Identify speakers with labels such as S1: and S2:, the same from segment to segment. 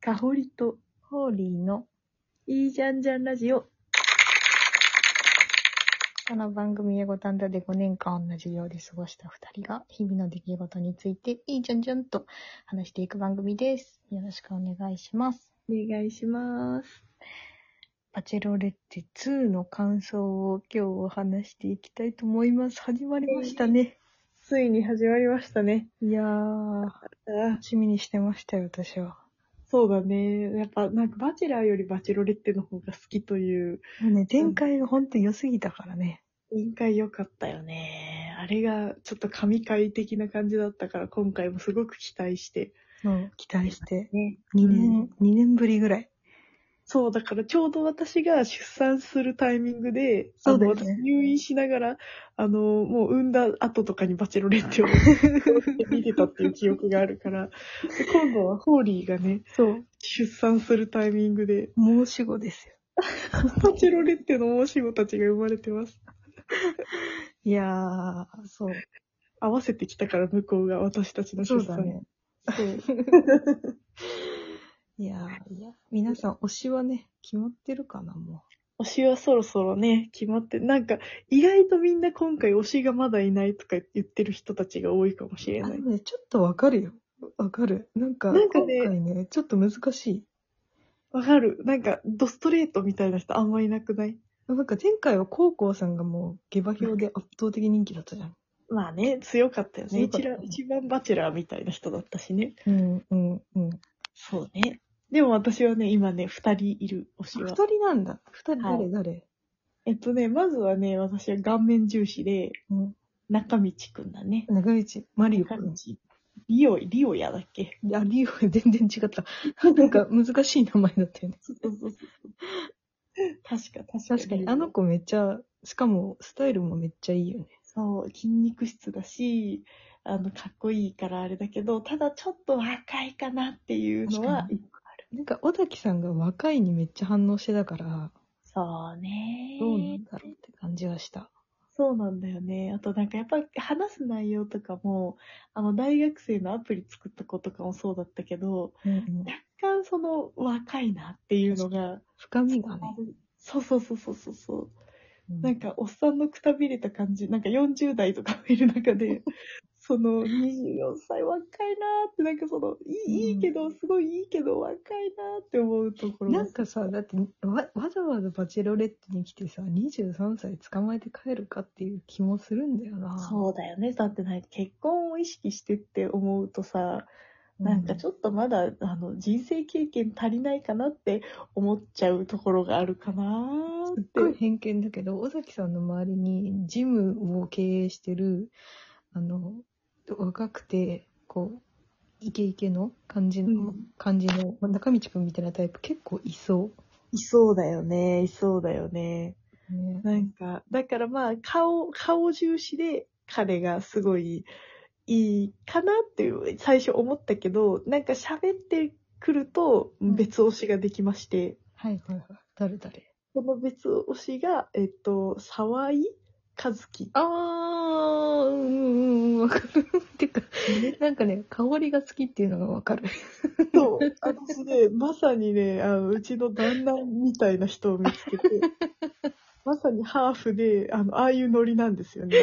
S1: かほりと、
S2: ホーリーの、
S1: いいじゃんじゃんラジオ。
S2: この番組は五反田で5年間同じようで過ごした2人が、日々の出来事について、いいじゃんじゃんと話していく番組です。よろしくお願いします。
S1: お願いします。
S2: バチェロレッテ2の感想を今日お話していきたいと思います。始まりましたね。
S1: ついに始まりましたね。
S2: いやー、
S1: あ
S2: 楽しみにしてましたよ、私は。
S1: そうだね。やっぱ、なんか、バチェラーよりバチェロレッテの方が好きという、
S2: もうね、前回がほんと良すぎたからね。
S1: 委員会良かったよね。あれが、ちょっと神回的な感じだったから、今回もすごく期待して。
S2: うん、期待して。
S1: ね。
S2: 2年、2年ぶりぐらい。
S1: そう、だからちょうど私が出産するタイミングで、
S2: そうだよ
S1: あ
S2: ね
S1: の私入院しながら、あの、もう産んだ後とかにバチェロ レッテを見てたっていう記憶があるから、で今度はホーリーがね、
S2: そう。
S1: 出産するタイミングで、
S2: 申し子ですよ。
S1: バチェロレッテの申し子たちが生まれてます。
S2: いやー、そう。
S1: 合わせてきたから向こうが私たちの
S2: そう
S1: 出
S2: だ
S1: 産。
S2: ね。そう。いやー、いや、皆さん推しはね、決まってるかな、も
S1: 推しはそろそろね、決まって、なんか、意外とみんな今回推しがまだいないとか言ってる人たちが多いかもしれ
S2: う。あ
S1: ない
S2: の。ね、ちょっとわかるよ。わかる。なんか、
S1: なんかね
S2: 今回ね、ちょっと難しい。
S1: わかる。なんか、ドストレートみたいな人あんまいなくない
S2: なんか前回は高校さんがもう下馬評で圧倒的人気だったじゃん。
S1: まあね、強かったよ
S2: 強か
S1: ね。
S2: っ
S1: 一
S2: たね
S1: 番一番バチェラーみたいな人だったしね。
S2: うん、うん、うん。
S1: そうね。でも私はね、今ね、二人いる推し
S2: 二
S1: は。
S2: 人なんだ。二人
S1: は
S2: 誰
S1: い
S2: 誰、
S1: えっとね、まずはね、私は顔面重視で、
S2: うん。
S1: 中道くんだね。
S2: 中道、マリオ
S1: 中
S2: く
S1: 道
S2: ん。。
S1: リオ、リオやだっけ
S2: あ、リオ、 全然違った。なんか難しい名前だったよね。
S1: そうそうそう確か、 確か。
S2: 確かに、あの。子めっちゃ、しかも、スタイルもめっちゃいいよね。
S1: そう、筋肉質だし、あの、かっこいいからあれだけど、ただちょっと若いかなっていうのは
S2: 確か、になんか、小崎さんが若いにめっちゃ反応してたから、
S1: そうね。
S2: どうなんだろうって感じはした。
S1: そうなんだよね。あとなんかやっぱり話す内容とかも、あの大学生のアプリ作った子とかもそうだったけど、
S2: うんうん
S1: 若干その若いなっていうのが、
S2: 深みがね。
S1: そうそうそうそうそうそう。
S2: うん
S1: なんかおっさんのくたびれた感じ、なんか40代とかいる中 で、その24歳若いなーって、なんかその、いいい
S2: うん
S1: いけど、すごいいいけど若いなーって思うところが
S2: なんかさ、だってわ、わざわざバチェロレッテに来てさ、23歳捕まえて帰るかっていう気もするんだよな。
S1: そうだよね。だってなんか結婚を意識してって思うとさ、
S2: う
S1: なんかちょっとまだ、あの、人生経験足りないかなって思っちゃうところがあるかな
S2: すっご
S1: ーっ
S2: い
S1: て。
S2: 偏見だけど、尾崎さんの周りにジムを経営してる、あの、若くて、こう、イケイケの感じの、
S1: うん
S2: 感じの、まあ中道くんみたいなタイプ結構いそ
S1: いそうだよね。いそうだよね。
S2: う。ね、
S1: なんか、だからまあ、顔、顔重視で彼がすごいいいかなっていう、最初思ったけど、なんか喋ってくると
S2: ん
S1: 別推しができまして、
S2: はいはいはい。誰誰
S1: この別推しが、えっと、沢井和樹。
S2: あー、うんうんうん、わかる。てか、なんかね、香りが好きっていうのがわかる。
S1: そう、私ね、まさにね、あの、うちの旦那みたいな人を見つけて、 まさにハーフで、あの、ああいうノリなんですよね。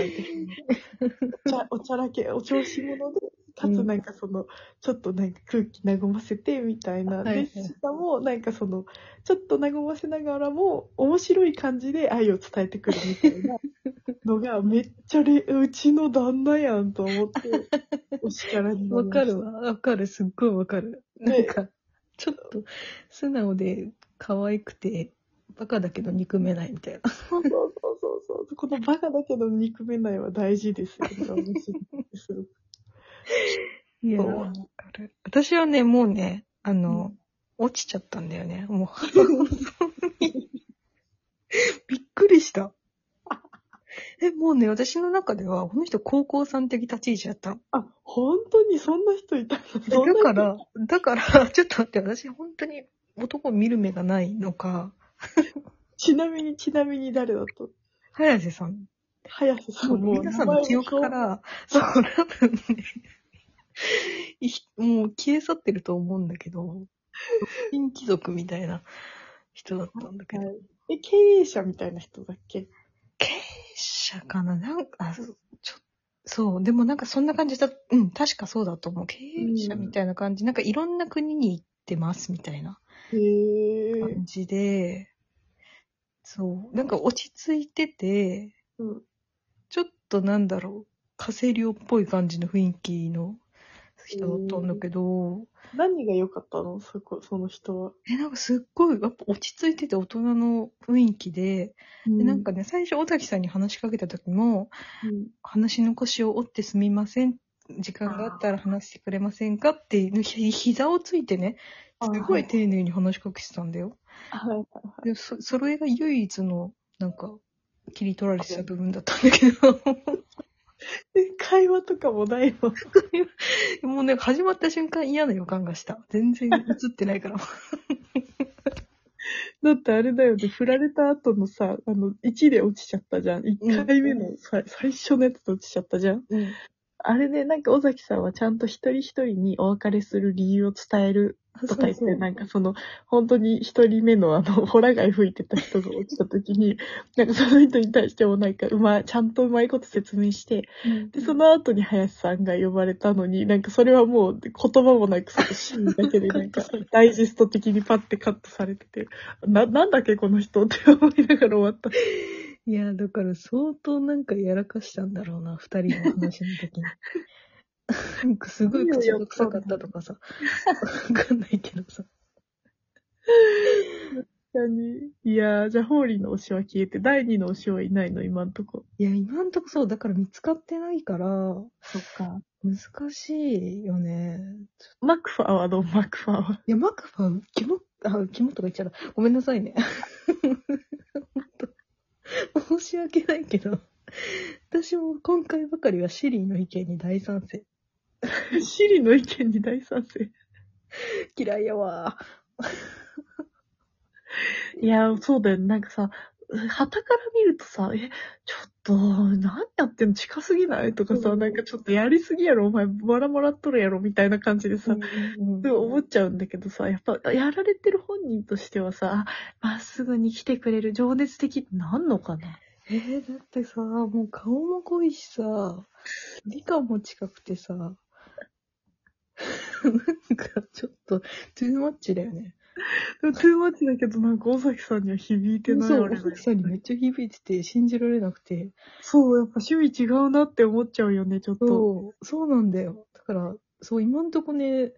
S1: なんかおちゃおちゃらけ、お調子者で、かつなんかその、ちょっとなんか空気和ませてみたいな。
S2: はいは
S1: で、
S2: い
S1: しかもなんかその、ちょっと和ませながらも、面白い感じで愛を伝えてくるみたいなのが、めっちゃれ、うちの旦那やんと思って、お叱られになりました
S2: わかるわ、わかる、すっごいわかる。な
S1: ね
S2: んか、ちょっと、素直で、可愛くて、バカだけど憎めないみたいな。
S1: そうそうそうそうそう。このバカだけど憎めないは大事ですよね。 私すごく
S2: いや、
S1: そう
S2: わかる。私はね、もうね、あの、落ちちゃったんだよね、もう。本 当にびっくりした。え、もうね、私の中では、この人高校さん的立ち位置だったの。
S1: あ、本当にそんな人いたの
S2: だか。ら、だから、ちょっと待って、私本当に男を見る目がないのか、
S1: そんな人ちなみに、ちなみに誰だと
S2: 早瀬さん
S1: 早瀬さん
S2: もう
S1: も。
S2: 皆さんの記憶か
S1: 名前も。
S2: ら、そう、多分ね、い もう消え去ってると思うんだけど、新貴族みたいな人だったんだけど、
S1: え、経営者みたいな人だっけ
S2: 経営者かななんか、あそうちょそう、でもなんかそんな感じだ、うん、確かそうだと思う。経営者みたいな感じ、なんかいろんな国に行ってますみたいな
S1: へえ。
S2: 感じで、そう、なんか落ち着いてて、
S1: うん。
S2: ちょっとなんだろう、稼量っぽい感じの雰囲気の人だったんだけど、
S1: 何が良かったのそこ、その人は。
S2: え、なんかすっごい、やっぱ落ち着いてて大人の雰囲気で、でなんかね、最初、尾崎さんに話しかけた時も、
S1: うん、
S2: 話の腰を折ってすみません。時間があったら話してくれませんかっていう、ひ膝をついてね、すごい
S1: あ
S2: 丁寧に話しかけてたんだよ。
S1: はいはいはい
S2: でそそれが唯一の、なんか、切り取られてた部分だったんだけど。
S1: え会話とかもないの。
S2: もうね、始まった瞬間嫌な予感がした。全然映ってないから。
S1: だってあれだよね、振られた後のさ、あの、1で落ちちゃったじゃん。1回目のさ、最初のやつで落ちちゃったじゃん。
S2: うん、
S1: あれで、なんか尾崎さんはちゃんと一人一人にお別れする理由を伝えるとか言って、なんかその、本当に一人目のあの、 ホラ貝吹いてた人が落ちた時に、なんかその人に対してもなんか、うま、ちゃんとうまいこと説明して、
S2: うん
S1: で、その後に林さんが呼ばれたのに、なんかそれはもう言葉もなく、そのシーンだけでなんかダイジェスト的にパッてカットされてて、な、なんだっけこの人って思いながら終わった。
S2: いや、だから相当なんかやらかしたんだろうな、二人の話の時に。なんかすごい口が臭かったとかさ。わかんないけどさ。
S1: 本当にいやー、じゃあホーリーの推しは消えて、第二の推しはいないの、今んとこ。
S2: いや、今んとこそう、だから見つかってないから、
S1: そっか。
S2: 難しいよね。
S1: マクファーはどうマクファーは。
S2: いや、マクファ、キモ、あ、キモとか言っちゃった。ごめんなさいね。本当申し訳ないけど、私も今回ばかりはシリーの意見に大賛成。
S1: シリの意見に大賛成。
S2: 嫌いやわ
S1: いやー、そうだよね。なんかさ、旗から見るとさ、え、ちょっと、何やってんの近すぎないとかさ、
S2: うん
S1: なんかちょっとやりすぎやろ、お前、バラもらっとるやろ、みたいな感じでさ、って思っちゃうんだけどさ、やっぱ、やられてる本人としてはさ、あまっすぐに来てくれる情熱的ってなんのかな
S2: えー、だってさ、もう顔も濃いしさ、理科も近くてさ、なんかちょっと、トゥーマッチだよね。
S1: でも、トゥーマッチだけど、なんか、尾崎さんには響いてない
S2: そう、
S1: 俺
S2: お客さんにめっちゃ響いてて、信じられなくて。
S1: そう、やっぱ趣味違うなって思っちゃうよね、ちょっと。
S2: そう、そうなんだよ。だから、そう、今んとこね、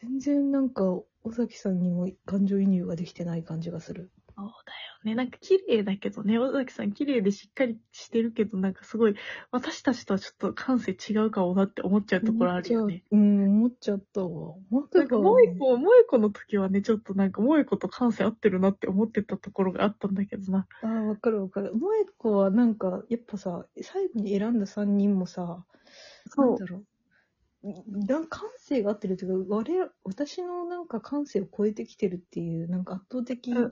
S2: 全然なんか、尾崎さんにも感情移入ができてない感じがする。
S1: そうだよね。なんか綺麗だけどね、尾崎さん綺麗でしっかりしてるけど、なんかすごい、私たちとはちょっと感性違うかもなって思っちゃうところあるよね。
S2: 思っちゃう。うん、思っちゃったわ。マ
S1: な
S2: ク
S1: んか、
S2: が
S1: 萌え子、萌え子の時はね、ちょっとなんか、萌え子と感性合ってるなって思ってたところがあったんだけどな。
S2: ああ、わかるわかる。萌子はなんか、やっぱさ、最後に選んだ3人もさ、なんだろう。んなん感性が合ってるというか、我々、私のなんか感性を超えてきてるっていう、なんか圧倒的に
S1: うん、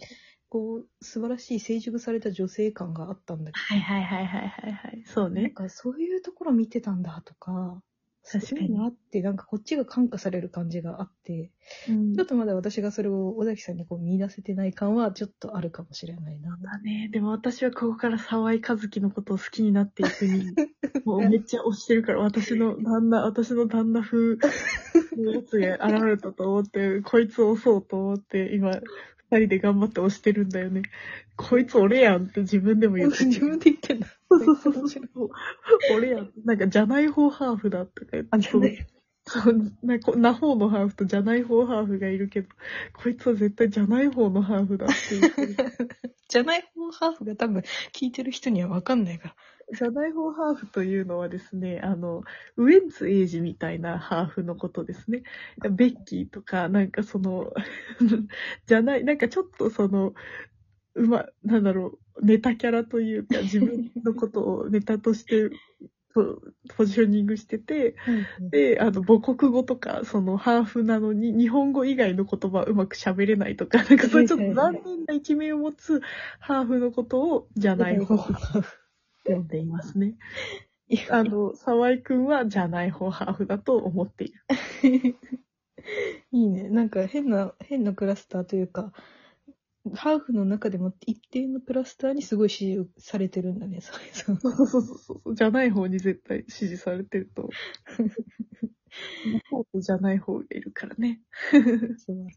S2: こう、素晴らしい成熟された女性感があったんだけど、
S1: はいはいはいはいはいはい。そう
S2: なん
S1: ね。
S2: かそういうところ見てたんだとか、
S1: 確か
S2: そ
S1: に
S2: ういうのあって、なんかこっちが感化される感じがあって、
S1: うん
S2: ちょっとまだ私がそれを尾崎さんにこう見出せてない感はちょっとあるかもしれない な。
S1: だね。でも私はここから沢井和樹のことを好きになっていく に、もうめっちゃ推してるから、私の旦那、私の旦那風のやつが現れたと思って、 こいつを推そうと思って、今、二人で頑張って推してるんだよね。こいつ俺やんって自分でも言って
S2: 自分で言ってんだ。
S1: そうそうそうそう。俺やん。なんか、じゃない方ハーフだとか言って。
S2: あ、じゃない。
S1: そう、な、こ、な方のハーフとじゃない方ハーフがいるけど、こいつは絶対じゃない方のハーフだって言ってる。
S2: じゃない方ハーフが多分聞いてる人には分かんないから。
S1: じゃない方ハーフというのはですね、あの、ウエンツエイジみたいなハーフのことですね。ベッキーとか、なんかその、 じゃない、なんかちょっとその、うま、なんだろう、ネタキャラというか、自分のことをネタとして、とポジショニングしてて、で、あの、母国語とか、その、ハーフなのに、日本語以外の言葉はうまく喋れないとか、なんかそういうちょっと残念な一面を持つハーフのことを、じゃない方
S2: ハーフ。
S1: 呼んでいますね。
S2: いや
S1: あの、沢井くんはじゃない方ハーフだと思っている。
S2: いいね。なんか変な、変なクラスターというか、ハーフの中でも一定のクラスターにすごい支持されてるんだね、そ れそう。
S1: そうそうそうそう。じゃない方に絶対支持されてると。じゃない方がいるからね。
S2: 素晴らしい。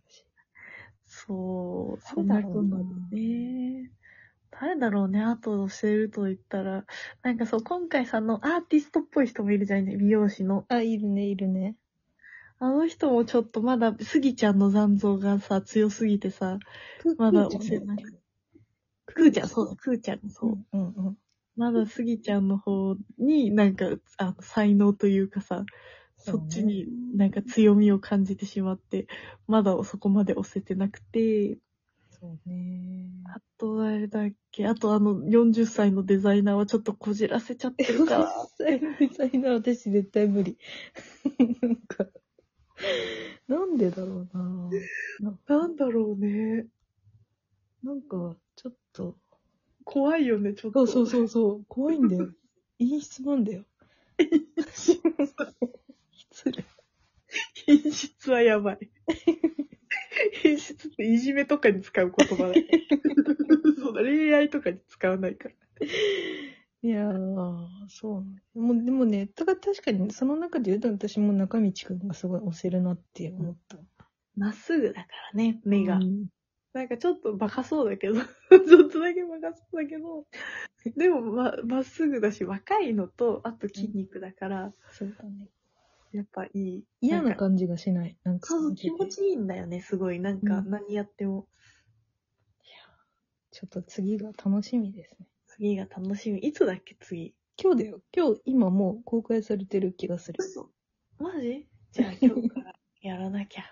S1: そう、
S2: 誰
S1: そん
S2: だ
S1: な
S2: ろ
S1: こ
S2: う
S1: と
S2: な
S1: ね。誰だろうね、あと教えると言ったら。なんかそう、今回さ、あの、アーティストっぽい人もいるじゃん、美容師の。
S2: あ、いるね、いるね。
S1: あの人もちょっとまだ、スギちゃんの残像がさ、強すぎてさ、
S2: く
S1: まだ
S2: くーち
S1: 教え
S2: ゃんだ
S1: な
S2: っ
S1: い
S2: け。
S1: クーちゃん、そうだ、クーちゃん、そうう。
S2: んうんうん。
S1: まだスギちゃんの方に、なんか、あの、才能というかさ、そっちになんか強みを感じてしまって、まだそこまで押せてなくて、
S2: そうね。
S1: あとあれだっけ、あとあの40歳のデザイナーはちょっとこじらせちゃってるか
S2: 40
S1: ら、
S2: 歳のデザイナー私絶対無理。 なんか、なんでだろうなな
S1: なんだろうね。
S2: なんか、ちょっと、
S1: 怖いよね、ちょ
S2: そ
S1: っと。
S2: うそうそうそう、怖いんだ よ。いい質問だよ。失礼。
S1: 品質はや ばい。品質っていじめとかに使う言葉だ。 そうだ、恋愛とかに使わないから。
S2: いやー、そう。もう、でもね、た確かに、その中で言うと私も中道くんがすごい押せるなって思った。
S1: まっすぐだからね、目が。
S2: うん
S1: なんかちょっとバカそうだけど、ち ょっとだけバカそうだけど、でもま、まっすぐだし、若いのと、あと筋肉だから、
S2: そうだね。
S1: やっぱいい。
S2: 嫌
S1: なん
S2: な
S1: か
S2: 感じがしない。なんか、
S1: そう、気持ちいいんだよね、すごい。なん
S2: う
S1: か、
S2: ん
S1: 何やっても。
S2: ちょっと次が楽しみですね。
S1: 次が楽しみ。いつだっけ、次。
S2: 今日だよ。今日、今もう公開されてる気がする。
S1: 嘘。マジじゃあ、今日からやらなきゃ。